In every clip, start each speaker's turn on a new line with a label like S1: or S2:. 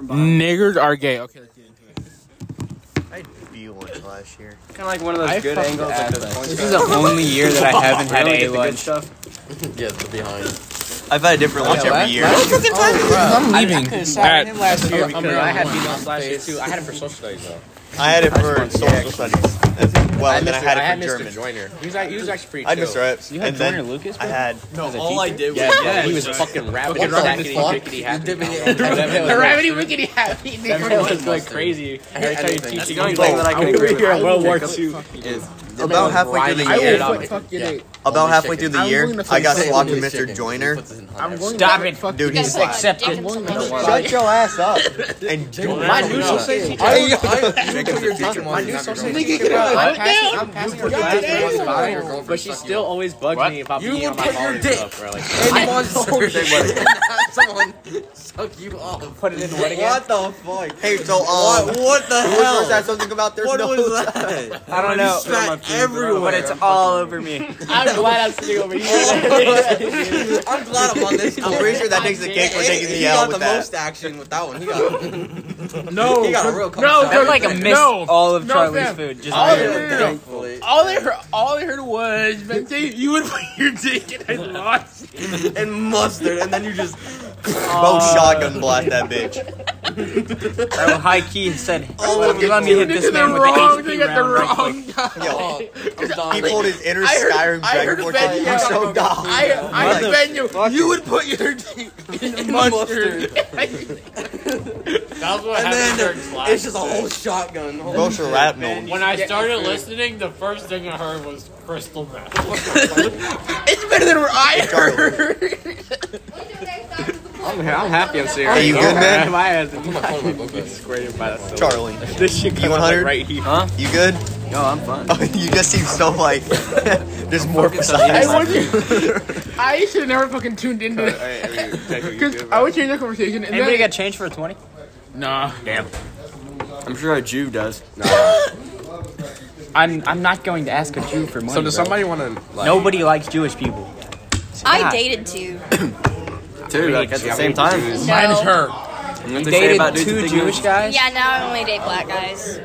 S1: Niggers are gay. Okay, let's get into it.
S2: I beat one last year.
S3: Kind of like one of those
S1: I
S3: good
S1: fucked
S3: angles.
S1: the
S3: Like
S1: ad
S3: those
S1: lib.
S3: point
S1: This
S3: guards.
S1: is the only year that I haven't had
S3: Really
S1: a
S3: get the good
S1: lunch.
S3: stuff.
S4: Yeah, the behind.
S2: I've had a different lunch
S4: Yeah,
S2: every year.
S1: I'm leaving. Alright.
S3: last year
S1: I'm gonna- I had
S4: one.
S1: beatbox last year too. I had it for social studies though.
S2: I had it for social studies. as Well, and then I had it for
S4: Mr.
S2: German.
S4: Joyner.
S1: He was, act- he was actually pretty
S2: I had
S1: chill.
S2: Mr. Epps.
S1: You had
S2: And then
S1: Joyner Lucas,
S2: I
S1: bro?
S2: had.
S4: No, all I did was
S1: Yeah, yeah,
S4: he was
S1: sorry.
S4: fucking rapping.
S1: Fucking rapping
S4: Rackety,
S1: his fuck.
S4: dickety, hackety.
S1: The rabbit wickedy happy.
S4: Everyone
S1: was going
S4: must have.
S1: crazy. Every time you
S4: Everything.
S1: teach
S4: That's
S1: you
S4: the only
S1: something.
S2: thing that I
S3: can
S1: I'm
S3: agree
S1: over
S3: with.
S1: here at
S3: I
S1: World
S3: will
S1: War
S3: take
S1: II.
S4: Is
S2: About halfway through the
S1: I
S2: year,
S1: will fuck- fuck
S4: Yeah.
S1: you. dude.
S2: About halfway through the
S5: I'm
S2: year,
S5: going to
S2: I got
S5: fucking-
S2: swapped with Mr. Joyner.
S4: I'm going
S1: Stop it.
S2: Dude, he's like,
S1: Accept it.
S2: shut your ass up. And
S1: My new
S4: No.
S1: social teacher.
S4: My new social
S1: I'm passing-
S3: I'm passing her
S1: class when I was
S3: class, but she still always bugs me about being on my college stuff, bro. Like,
S4: Someone suck you off.
S1: Put it in what again?
S2: the fuck? Hey, so um, what, the hell? Was something about their nose?
S3: I don't know.
S2: everywhere.
S3: But it's all over me.
S1: I'm glad I'm sitting over here.
S6: I'm glad I'm on this.
S2: I'm pretty sure that takes the cake for taking
S6: he
S2: the L
S6: got the
S2: with that.
S6: most action with that one. He got, he
S1: No.
S6: got a real comeback.
S1: No,
S3: They're like a miss
S1: No.
S3: all of
S1: No,
S3: Charlie's
S1: fam.
S3: food. Just
S1: All
S3: me.
S1: of it.
S6: Thankfully.
S1: All I heard, all I heard was, "But Dave, you would put your dick in I lost."
S6: And mustard, and then you just.
S2: Both shotgun blast that bitch.
S3: Oh, high key and said,
S6: Oh,
S3: let me hit
S1: You
S3: this
S1: did the
S3: man with the
S1: wrong thing
S3: HP
S1: at the
S3: round. real quick.
S1: wrong time.
S2: Yo,
S4: I'm
S2: he
S4: done.
S2: pulled his inner
S1: I heard-
S2: Skyrim
S1: I heard
S2: Dragon Force. out.
S1: Ben-
S2: I'm so dumb.
S1: I, I offend you. You would put your dick in mustard.
S7: That was what
S6: And
S7: happened
S6: then
S7: during class.
S6: it's just a whole shotgun. a whole-
S2: Both are rap names.
S7: when I started listening, the first thing I heard was crystal meth.
S1: it's better than what I heard.
S3: I'm, I'm happy I'm serious.
S2: Hey, you good, man?
S3: My ass is
S4: my phone in my book bag.
S3: scraped by that. sword.
S2: Charlie,
S3: This shit
S2: You
S3: came out, like,
S2: 100?
S3: right here. Huh?
S2: you good?
S3: No, I'm fine.
S2: Oh, you just seem so like. There's more
S1: I
S2: besides.
S1: want you- I should have never fucking tuned into that. Because I would change that conversation. And
S3: Anybody
S1: then,
S3: got change for a 20?
S1: nah.
S3: I'm sure a Jew does. I'm, I'm not going to ask a Jew for money.
S4: So does
S3: bro.
S4: somebody want to? Like,
S3: Nobody likes Jewish people.
S8: I
S3: God.
S8: dated two.
S5: Dude, like at the same time.
S8: No.
S1: Mine is her.
S5: You
S3: Dated two Jewish guys?
S8: Yeah, now I only date black guys.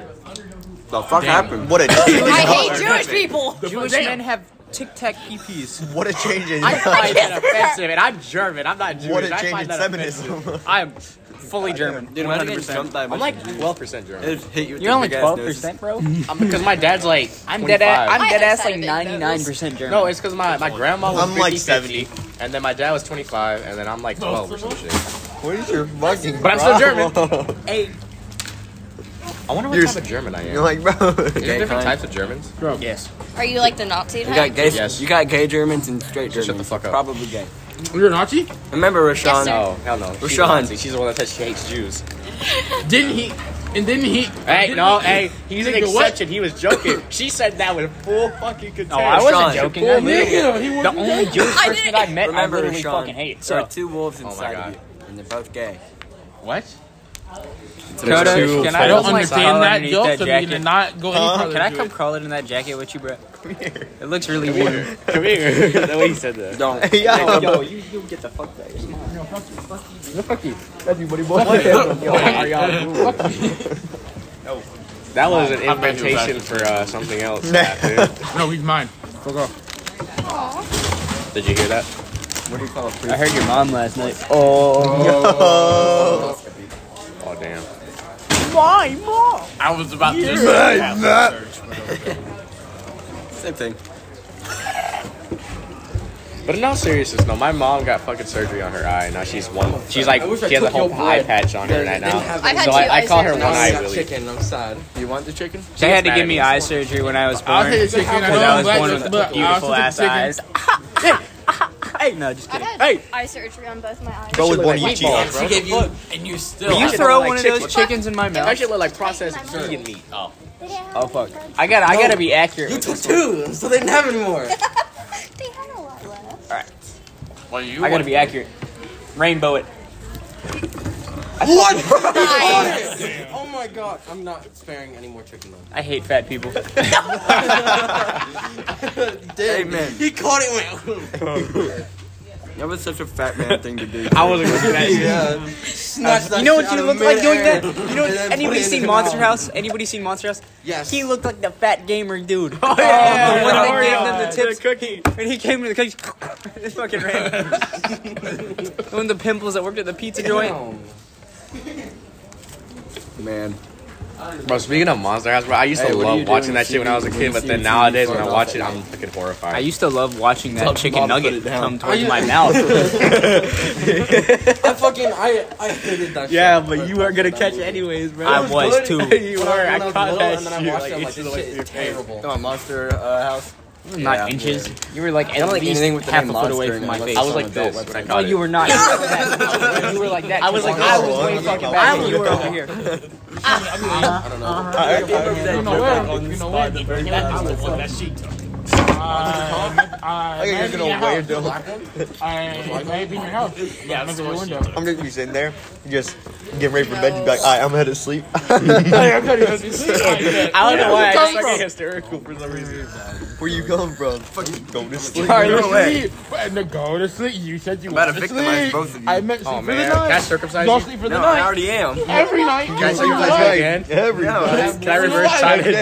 S5: The fuck happened?
S2: What a
S8: I
S2: change!
S8: hate Jewish people.
S3: Jewish men have tic tac peepees.
S2: What a change in
S3: I find that
S8: can't-
S3: offensive, and I'm German. I'm not Jewish.
S2: what a
S3: I
S2: change in
S3: find that
S2: feminism.
S3: offensive. I am fully German.
S5: Dude, imagine getting jumped by a
S3: I'm
S5: bunch
S3: like 12% German.
S5: It'd hit you with
S3: You're
S5: the
S3: only
S5: big ass
S3: 12%, bro?
S7: Because my dad's like,
S3: I'm dead ass.
S8: 25.
S3: I'm dead
S8: I
S3: ass like
S8: decided it, though.
S3: 99% German.
S7: no, it's because my, my grandma was
S2: I'm
S7: 50,
S2: like
S7: 70, and then my dad was 25, and then I'm like 12 or some shit.
S2: What is your fucking?
S7: But I'm still German.
S2: problem?
S3: eight.
S7: I wonder what
S2: You're
S7: type of German I
S2: You're like,
S7: am.
S2: bro.
S7: There's different
S5: kind.
S7: types of Germans.
S3: Yes.
S8: Are you like the Nazi
S5: You
S8: type?
S5: got gay.
S7: Yes.
S5: You got gay Germans and straight
S7: Just
S5: Germans.
S7: shut the fuck up.
S5: Probably gay.
S1: You're a Nazi?
S5: Remember Rashawn?
S8: Yes, sir.
S7: No, Oh, hell no. She's, a
S5: Rashawn.
S7: Nazi. She's the one that says she hates Jews.
S1: Didn't he? And didn't he?
S7: Hey,
S1: didn't
S7: no,
S1: he-
S7: hey, he's an
S1: Nigga, what?
S7: exception. He was joking. She said that with full fucking
S3: No,
S7: contempt.
S3: Oh, I wasn't
S5: Rashawn.
S3: joking. I
S1: Well,
S3: literally-
S1: nigga, he
S3: the
S1: wasn't
S3: only Jewish
S8: I
S3: person that
S8: didn't-
S3: I've met,
S5: Remember
S3: I literally
S5: Rashawn?
S3: fucking hate.
S5: There
S3: So,
S5: are two wolves
S7: Oh my
S5: inside
S7: God.
S5: of you, and they're both gay.
S1: What?
S3: Dakota,
S7: two
S3: can
S1: I
S3: I,
S1: don't
S3: come, like,
S1: understand
S3: crawl
S1: that
S3: underneath
S1: joke, so we
S3: jacket?
S1: can not go any
S2: Huh?
S1: further.
S3: Can I
S1: to
S3: come
S1: it.
S3: crawling in that jacket with you, bro? Come here. It looks really weird.
S7: Come here. the way he said that.
S5: Don't.
S2: Yeah.
S3: Yo, you, you get the fuck back.
S7: That was an
S1: I bet you was
S7: invitation for uh, something else.
S2: Nah.
S7: After.
S1: No, he's mine. Fuck off.
S7: Did you hear that?
S5: What do you call a priest?
S3: I heard your mom last night. Oh.
S2: Oh.
S7: Oh damn.
S3: My mom.
S1: I was about to.
S5: Same thing.
S7: But in all seriousness, no. My mom got fucking surgery on her eye. Now she's one. She's like she has a whole eye patch on her right now.
S8: I've had
S7: So
S8: two
S7: I, I
S8: eye
S7: call her
S8: surgeries.
S7: one
S8: Now
S7: eye
S8: I
S7: Willie.
S6: chicken. I'm sad.
S5: You want the chicken?
S3: They had to
S7: mad
S3: give
S7: at
S3: me
S7: me.
S3: eye surgery when I was
S1: I'll
S3: born.
S1: take the chicken. I know
S3: Because I
S1: I'm
S3: was born
S1: black,
S3: with
S1: but I'll
S3: beautiful
S1: take
S3: ass
S1: the chicken.
S3: eyes. hey, no, just
S8: I've
S3: kidding.
S8: had
S3: Hey,
S8: eye surgery on both my eyes.
S2: Bro with one cheek.
S7: Meatballs,
S6: She
S7: bro.
S6: gave you, and you still.
S3: will you
S7: shit
S3: throw
S7: look
S3: one
S7: like
S3: of those
S7: chicken.
S3: chickens in my
S7: That
S3: mouth?
S7: shit look like processed vegan meat. Oh.
S3: Oh fuck! I got, to I gotta be accurate.
S6: You
S3: with
S6: took
S3: this one.
S6: two, so they didn't have any more.
S8: They had a lot left.
S7: Well, you.
S3: I gotta be accurate. Rainbow it.
S6: What? Oh my god! I'm not sparing any more chicken. though.
S3: I hate fat people.
S6: Dang.
S5: Amen.
S6: He caught it. and Went.
S5: That was such a fat man thing to do.
S7: I wasn't gonna say that
S2: Yeah.
S7: shit.
S6: Snatch that
S3: You know what
S6: shit out
S3: you
S6: of
S3: look like doing
S6: midair.
S3: that? You know,
S6: And then put
S3: anybody
S6: it in
S3: seen
S6: the
S3: Monster
S6: canal.
S3: House? Anybody seen Monster House?
S6: Yes.
S3: He looked like the fat gamer dude.
S7: Oh, yeah.
S3: when they
S7: Oreo.
S3: gave them the tips-
S7: cookie.
S3: And he came to the cookie. it fucking ran. One of the pimples that worked at the pizza joint.
S6: Damn.
S5: Man.
S7: Bro, speaking of Monster House, bro, I used to
S5: Hey, what are you
S7: love
S5: doing
S7: watching that
S5: when
S7: shit when I was a
S5: you see-
S7: kid,
S5: when
S7: but
S5: you
S7: then
S5: see
S7: nowadays
S5: TV
S7: when I
S5: thrown
S7: watch
S5: off
S7: it,
S5: at
S7: I'm
S5: you.
S7: fucking
S3: I
S7: horrified.
S3: used to love watching that
S5: Tell
S3: chicken
S5: Mom to put
S3: nugget
S5: it down.
S3: come
S6: I
S3: towards
S6: used-
S3: my mouth.
S6: I fucking I I hated that. shit.
S3: weren't gonna catch it anyways, bro.
S6: It
S3: I
S6: was
S3: was
S6: good.
S3: too.
S7: you
S6: When
S7: are. I
S6: when was
S7: caught
S6: little
S7: that
S6: and
S7: shit.
S6: then I watched it, I'm
S7: Like,
S6: like,
S7: it's
S6: this
S7: like
S6: shit is terrible.
S5: Come on, Monster uh, House.
S3: not
S5: Yeah.
S3: inches. You were like at
S5: don't like
S3: least
S5: anything with the
S3: half
S5: name
S3: a foot away
S5: monster in
S3: from
S5: it
S3: my
S5: unless
S3: face.
S7: I
S5: it's
S7: was
S5: on
S7: like
S5: the belt
S7: this
S5: website.
S7: when I
S3: Oh,
S7: caught it.
S3: you were not. you were like that. I was like, I was way fucking back. and You were over here.
S6: I don't know.
S5: I, I remember that joke like, on the spot the very last time.
S1: Uh, I
S2: I think you're gonna wave the
S6: Black one?
S1: I may be Uh, in your house. Yeah, I'm gonna window.
S2: I'm just gonna be sitting there, just getting ready for bed. You'd be like, alright, I'm headed to sleep.
S1: Hey, I'm cutting this.
S7: I don't know why I
S1: Come
S7: just
S1: from?
S7: fucking hysterical for some reason.
S2: Where you coming from? Fucking go to sleep.
S1: Go
S5: No
S1: to
S5: way.
S1: sleep. But no, go to sleep. You said you
S5: about
S1: want to
S5: to victimize
S1: sleep.
S5: both of you.
S1: I meant sleep
S7: Oh
S1: for the
S7: man, can I
S1: night.
S7: circumcise
S1: Y'all
S7: you?
S1: sleep for the
S5: No, I
S1: night.
S5: already am.
S1: Every night.
S2: I
S1: Every
S2: sleep like
S1: night.
S7: again?
S2: that every night.
S7: Can I reverse time and do it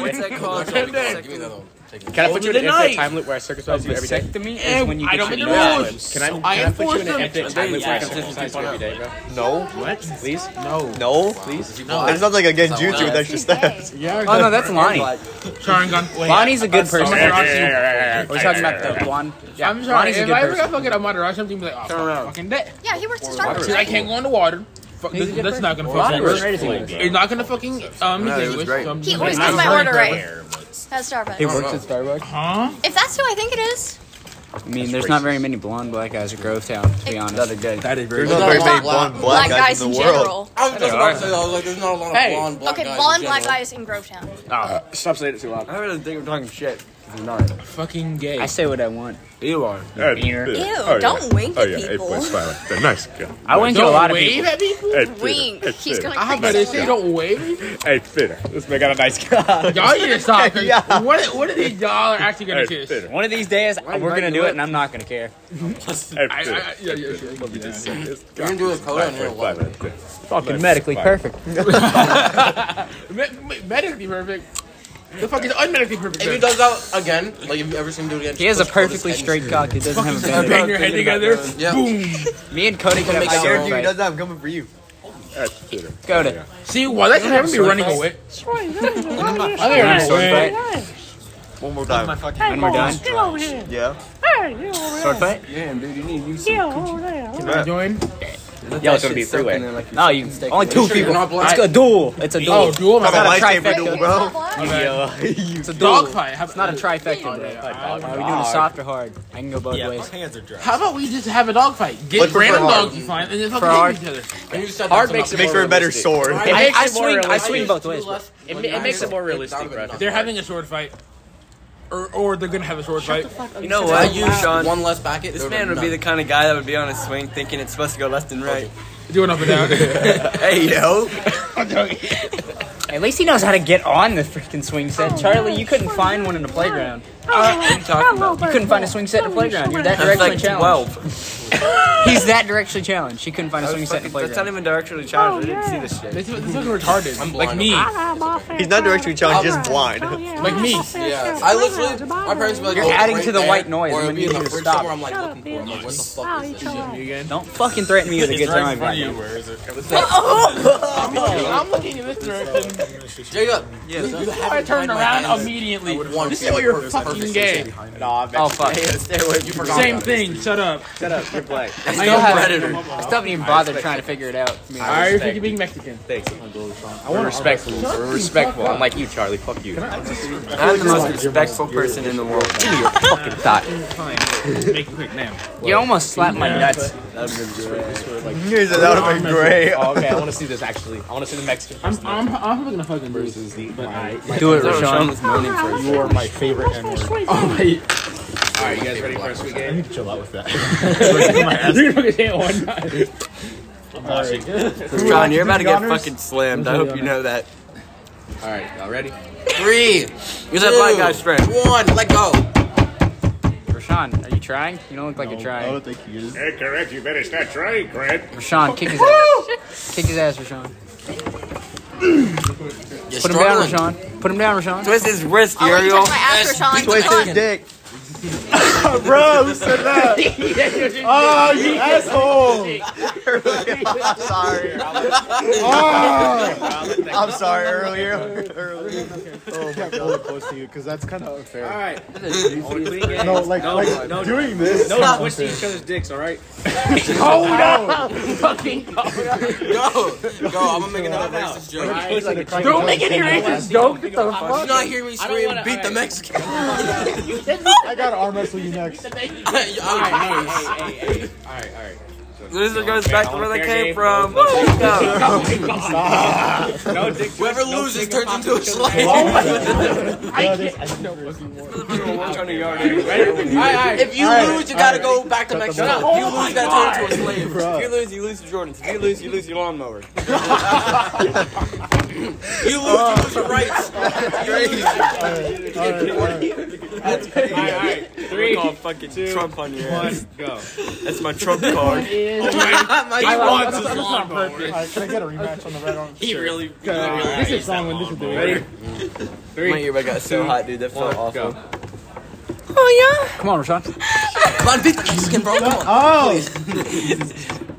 S5: What's
S7: again?
S5: that called?
S6: Give me another one.
S7: Can I put you in
S3: Over the
S7: an infinite
S3: night.
S7: time loop where I circumcise you every day?
S3: Vasectomy is when you
S1: Eh, I
S3: get
S1: don't
S3: your
S1: make
S3: nose
S1: the
S3: clipped.
S1: rules.
S7: Can I,
S1: I
S7: can I put you in
S1: enforce
S7: an
S1: them.
S7: infinite time loop where I circumcise you every day, bro?
S2: No,
S7: Please?
S2: no.
S7: Please?
S2: It sounds like a genjutsu with extra
S8: She's gay.
S2: steps.
S3: Oh no, that's lying.
S1: Sharingan. Wait,
S3: Bonnie's a good
S1: that's-
S3: person.
S1: I'm sorry.
S3: We're talking about the blonde. Yeah,
S1: I'm sorry.
S3: Bonnie's a
S1: If
S3: good
S1: I ever
S3: person.
S1: got fucking a moderation, team be like, oh, fuck, fucking dead.
S8: Yeah, he works at Starbucks.
S1: I
S8: right?
S1: can't go in the water. Fuck, this, that's not gonna fucking work. It's not gonna fucking um.
S5: No, it
S1: distinguish,
S5: was great.
S1: so I'm
S8: He
S1: just
S8: always
S1: like,
S8: gets
S1: I'm
S8: my order
S1: sorry.
S8: right at Starbucks.
S5: works at Starbucks.
S1: Huh?
S8: If that's who I think it is,
S3: I mean, there's not very many blonde black guys at Grovetown, to be honest.
S5: That is very
S2: There's not very many
S6: Black-
S2: blonde black
S8: black
S2: guys in the world.
S8: general.
S6: I was just about to say that. I was like, there's not a lot of
S7: Hey.
S6: blonde black
S8: Okay,
S6: guys.
S8: blonde
S6: in
S8: black
S6: general.
S8: guys in Grovetown.
S7: Stop saying it too loud.
S5: I really think we're talking shit. 'cause We're not.
S1: Fucking
S3: I
S1: gay.
S3: say what I want.
S5: You are.
S8: Ew,
S9: Ew, oh,
S8: don't
S9: yeah.
S8: wink
S9: oh,
S8: at
S9: yeah.
S8: people.
S9: 8.5. They're nice. Good.
S3: I went to a
S1: Don't
S3: lot of
S1: wave
S3: people.
S1: at people.
S9: Eight fitter.
S8: Wink.
S9: Eight
S8: He's
S9: fitter.
S8: gonna
S1: I have
S8: creep
S1: better
S8: someone
S1: say
S8: out.
S1: don't wave. at people.
S9: Eight fitter. This man got a nice guy.
S1: Y'all need to stop. 'cause
S2: Yeah.
S1: What what are these y'all are actually gonna
S9: Eight
S1: kiss?
S9: fitter.
S3: One of these days,
S5: you
S3: we're gonna
S5: biting
S3: do
S5: your
S3: it, and I'm not gonna care.
S9: Eight
S1: I, I,
S9: fitter.
S1: yeah, yeah, yeah.
S9: Let me just see this
S6: You're
S9: guy.
S6: gonna do a color in here. what?
S9: 9.5 eight fitter.
S3: Fucking medically
S9: Fine.
S3: perfect.
S1: Me- me- medically perfect. The fuck is unmedically perfect?
S6: If he does that again, like if you ever seen him do it again,
S3: He has a
S6: just push his
S3: perfectly
S6: head and
S3: straight cock. He doesn't have a
S1: then?
S3: bend.
S1: Bang your head together.
S6: Yeah.
S1: Boom.
S3: Me and Cody could have
S6: Make
S3: an
S6: sure
S3: hour
S2: Scared you,
S3: fight.
S2: doesn't have coming for you.
S9: Eight fitter.
S3: Cody.
S1: See, while that's happening, be running away. I think I'm running
S3: Sword
S1: away.
S3: fight.
S2: One more time.
S3: When we're done.
S2: Yeah.
S3: Sword fight.
S5: Damn, dude, you need to use some.
S1: Can I join?
S7: Yo, it's gonna be a freeway.
S3: No, you only two
S6: Sure, you're
S3: people.
S6: not
S3: It's
S6: black.
S3: a duel. It's a
S1: Oh,
S3: duel.
S1: duel. I
S2: Got
S1: got
S2: a lightsaber duel, bro.
S8: Black.
S7: Yo.
S3: It's a duel.
S1: dog fight. How,
S3: It's not a trifecta.
S1: Oh,
S3: bro.
S1: yeah.
S3: Are we doing soft or hard? I can go both ways.
S1: How about we just have a dog fight? Get
S2: Let's go for
S1: random
S2: hard.
S1: dogs you find and then
S3: For hard.
S1: fucking hit each other.
S6: shit. And you said
S7: Hard
S6: that's
S7: makes it
S6: enough.
S2: Make for a better
S7: realistic.
S2: sword.
S6: I-
S3: I,
S7: makes
S3: I
S7: it more
S3: swing. I
S7: realistic.
S3: swing both ways. bro.
S7: It, ma- it makes it more realistic, bro.
S1: They're having a sword fight. Or, or they're gonna have a sword fight.
S5: You know what, you, Sean?
S6: One less packet.
S5: This man would be the kind of guy that would be on a swing thinking it's supposed to go left and right.
S1: Do an up and down.
S5: hey, yo.
S3: At least he knows how to get on the freaking swing set. Charlie, you couldn't find one in the playground.
S5: What are you talking about?
S3: You couldn't find a swing set in the playground. You're that
S5: That's
S3: directly
S5: like
S3: challenged.
S5: 12.
S3: He's that directly challenged. He couldn't find a swing set in the
S5: That's not
S3: playground.
S5: even directly challenged. I didn't see this shit.
S1: this is this is retarded.
S6: I'm
S1: like
S6: blind.
S1: me.
S2: He's not directly challenged, just blind.
S1: Like me.
S6: Yeah, I literally, my parents would be like,
S3: You're
S6: oh,
S3: adding
S6: right
S3: to the
S6: there,
S3: white noise
S6: Or
S3: when
S6: it'd be
S3: you
S6: in
S3: need
S6: the
S3: to
S6: fridge
S3: stop.
S6: somewhere I'm like looking for it. I'm like, what the fuck is this shit?
S3: Don't fucking threaten me with a good time. goddamn.
S1: I'm looking in this direction.
S6: Jacob,
S5: Yeah,
S6: you
S5: so-
S1: I
S6: haven't
S1: turn
S6: tied my hands.
S1: around immediately.
S6: want
S1: This is
S6: to.
S1: why you're fucking gay.
S3: Oh fuck.
S5: Stay away from
S6: forgot.
S1: Same thing. Shut up.
S7: Shut up, you're black.
S3: I
S6: Still
S3: don't have-
S6: predator.
S3: I still haven't even bothered trying to figure it out. I mean,
S1: I refuse to being Mexican.
S7: We're respectful. We're respectful. I'm like you, Charlie. Fuck you.
S5: I'm the most respectful person in the world.
S3: fucking thought.
S1: Make it quick now.
S3: You almost slapped my nuts.
S2: He said that would have been great.
S7: Oh, okay. I want to see this actually. I want to see the Mexican.
S1: I'm I'm I'm gonna fucking versus the but I
S3: Do it, Rashawn.
S5: Sean was moaning for you.
S1: are my favorite N word. Oh wait.
S7: All right, you guys ready for a sweet game?
S9: Chill out with that.
S1: You're gonna say it one time.
S5: Sean, you're about to get fucking slammed. I hope you know that.
S7: All right, y'all ready?
S6: Three.
S5: Use that black guy strength.
S6: One, let go.
S3: Rashawn, are you trying? You don't look like you're trying.
S10: think he is.
S9: Hey, correct. You better start trying, Grant.
S3: Rashawn, kick his ass. kick his ass, Rashawn.
S4: You're
S3: Put him down, Rashawn. Put him down, Rashawn.
S5: Twist his wrist,
S8: I want to
S5: Uriel.
S8: touch my ass, Rashawn.
S2: Twist
S8: Come
S2: his
S8: on.
S2: dick.
S9: Bro, who said that? oh, you asshole!
S2: I'm sorry. I'm sorry earlier. earlier.
S10: Oh my god, close to you because that's kind of unfair.
S7: Alright.
S10: No, like, like doing this.
S7: No, twist each other's dicks, alright?
S1: Oh,
S4: Go, go. I'm gonna make another racist joke.
S10: It's like a crime.
S1: Don't make any racist joke. What the
S4: Did you
S1: fuck?
S4: not hear me scream? Beat the Mexican.
S10: I gotta arm wrestle you next.
S5: Loser goes back to where they came from.
S7: No dick
S4: Whoever loses turns into a slave.
S10: No, this- I can't wrestle you more.
S4: If you lose, you gotta go back to Mexico. If you lose, you gotta turn into a slave.
S5: If you lose, you lose your Jordans. If you lose, you lose your
S4: You
S5: lawnmower.
S4: lose, you lose your rights.
S10: Alright, alright.
S7: Alright,
S5: Three,
S7: three,
S5: call fucking
S7: two,
S5: Trump on your ass.
S7: one, go.
S5: That's my Trump card.
S1: I
S4: wants
S1: that's not perfect.
S10: Alright, Can I get a rematch on the red arm?
S4: He really.
S10: This is song when this is doing.
S7: Ready?
S5: My
S7: Three,
S5: earbud got so hot, dude. That felt
S7: one,
S5: awful.
S7: go.
S3: Come on, Rashawn.
S4: Come on, beat the Mexican, bro. Come on.
S10: Oh!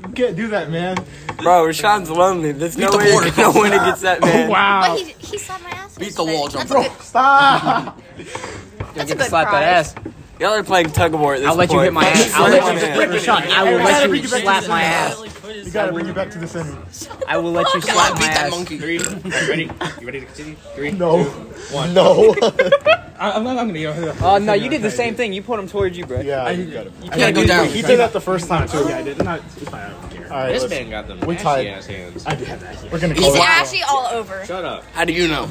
S10: You can't do that, man.
S5: Bro, Rashawn's lonely. There's no
S4: Beat the
S5: way
S4: border.
S5: no one gets that man.
S8: But he, he slapped my ass.
S4: Beat the
S8: yesterday.
S4: wall, jump
S8: That's a
S4: bro.
S8: good,
S10: Stop!
S3: You'll
S8: that's
S3: get
S8: a
S3: to
S8: good
S3: slap that ass.
S8: prize.
S5: Y'all are playing tug of war at this
S3: I'll let you
S5: point.
S3: hit my ass. I'll
S5: Slap
S3: let
S5: my
S3: you, Rashawn, I will let you slap my ass.
S10: You gotta bring it back to the center.
S3: I will let you
S4: Come on,
S3: slap my
S4: beat that
S3: ass.
S4: monkey.
S7: three. Alright, ready? You ready to continue? Three,
S10: No. No.
S1: Oh I'm not. I'm gonna go.
S3: Oh no, you did the same thing. You put him towards you, bro.
S10: yeah, you got it.
S4: You gotta go down.
S10: He did that the first time, too.
S1: I did not. I don't care.
S10: Alright,
S7: This
S10: let's-
S7: man got them
S10: We
S7: nasty
S10: tied.
S7: ass hands.
S1: I do have that.
S10: we're gonna
S8: He's
S10: call it.
S8: ashy all over.
S7: Shut up.
S4: How do you know?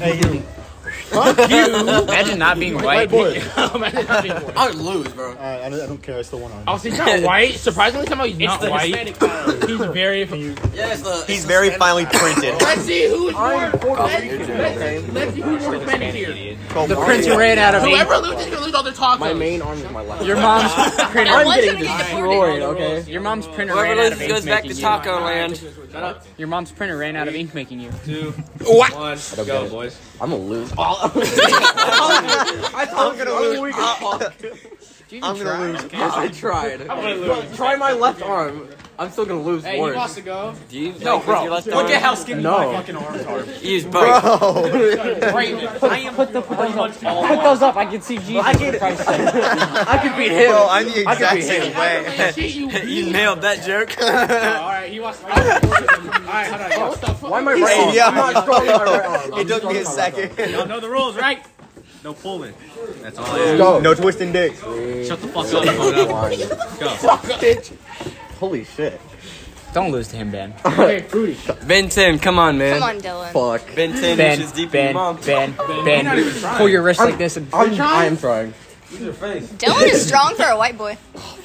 S3: Imagine not being
S10: White
S3: white.
S10: boy.
S4: I would lose, bro.
S10: Alright, I, don't- I don't care. I still want on.
S1: Oh, so he's not white. Surprisingly, somehow he's not white. He's very.
S4: Yeah, it's the.
S2: He's very finely printed.
S1: Let's see who's more. Let's, let's, let's see who's more Hispanic here.
S3: The prince ran out of me.
S1: Whoever loses, gonna lose all their tacos. My main arm.
S3: Your mom's printer.
S8: I'm getting destroyed,
S3: Okay. Your mom's printer
S5: Whoever
S3: ran out of
S5: loses
S3: ink
S5: goes back to
S3: making you.
S5: Taco Land.
S3: Your mom's printer ran out of ink making you.
S7: Two, one, go, boys.
S2: I'm gonna lose. I'm gonna lose.
S4: I tried.
S6: Try my left arm. I'm still gonna lose
S1: Hey, you lost to go.
S5: Do you no, bro. Look
S4: Look at how skinny. No.
S5: Use both.
S3: Put, the, put, those, up. put those up. I can see Jesus. I get
S2: Bro, I'm the exact same way.
S1: Shit, you.
S5: You nailed that joke.
S1: All right, he wants. All right, hold on. What the fuck? Why am I
S2: Yeah, I'm not strong in my right arm. It took me a second.
S7: Y'all know the rules, right? No pulling. That's all.
S2: No twisting dick.
S7: Shut the fuck up.
S2: Holy shit.
S3: Don't lose to him, Ben.
S5: Ben 10, come on, man.
S8: Come on, Dylan.
S2: Fuck.
S5: Ben 10
S3: Ben,
S5: inches deep in
S3: Ben,
S5: your mom.
S3: Ben, Ben. Pull your wrist like this and
S2: I'm, I am trying.
S8: Dylan is strong for a white boy.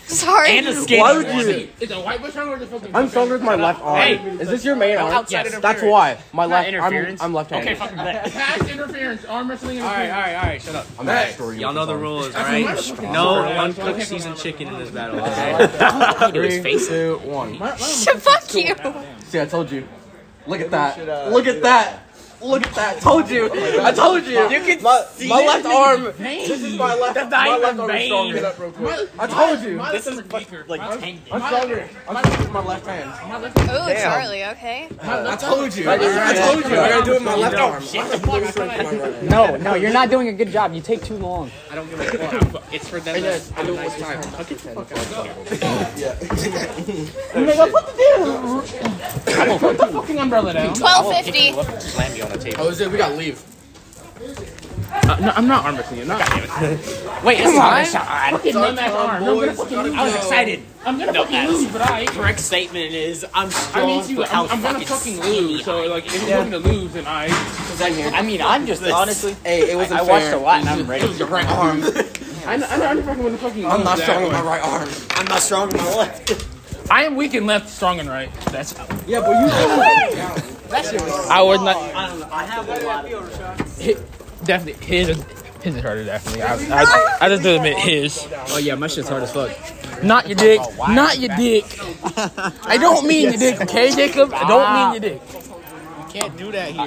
S8: Sorry.
S3: and a skin.
S2: Why would you?
S1: Is a white bush or is it fucking?
S6: I'm stronger with my left arm. is this your main arm?
S1: Oh, outside
S6: Yes.
S1: interference.
S6: That's why. My
S3: Not
S6: left. I'm,
S3: interference.
S6: I'm left-handed.
S1: Okay, fucking pass interference, arm wrestling.
S7: All right, all right, all right. Shut up.
S2: I'm not story.
S7: Y'all know the rules, all
S1: I'm
S7: right?
S1: not fucking
S7: No
S1: sure.
S7: uncooked seasoned chicken in this battle. Okay?
S4: Two, one.
S8: Fuck you.
S4: See, I told you. Look at that. Look at uh, that. Look at that. Told you. I told you. You can my, see my left arm. This is my left. my left arm is stronger. I told you.
S1: This is like
S4: I'm stronger. I'm stronger with my left hand.
S8: Oh, Charlie. Okay.
S3: Oh.
S4: I told you. I told you. I gotta do it with my left arm.
S3: No, no, you're not doing a good job. You take too long.
S1: It's for them. to-
S4: I do it with time.
S1: Put the fucking umbrella down.
S8: 1250.
S4: Oh, is it? We gotta leave.
S1: Uh, No, I'm not arm wrestling you. Not.
S3: Wait, it's not. It's not.
S1: Fucking lame ass arm. No, I'm gonna fucking lose.
S3: I was excited.
S1: I'm gonna fucking lose, but I.
S3: Correct statement is I'm
S1: I mean, you. I'm, I'm gonna fucking lose. So like, if you're looking to lose, then I.
S3: I mean, I'm just honestly.
S4: Hey, it was
S3: I watched a lot and I'm ready.
S4: Your right arm.
S1: I, I, I'm fucking gonna fucking lose.
S4: I'm not
S1: that
S4: strong with
S1: way.
S4: my right arm.
S2: I'm not strong in my left.
S1: I am weak in left, strong and right. That's.
S4: Yeah, but you.
S1: I would not. I don't know. I have. Definitely his.
S3: His is harder, definitely. I, I, I just did admit his. Oh yeah, my shit's hard as fuck. Not your dick. Not your dick. I don't mean your dick, okay, Jacob? I don't mean your dick.
S1: Can't do that here.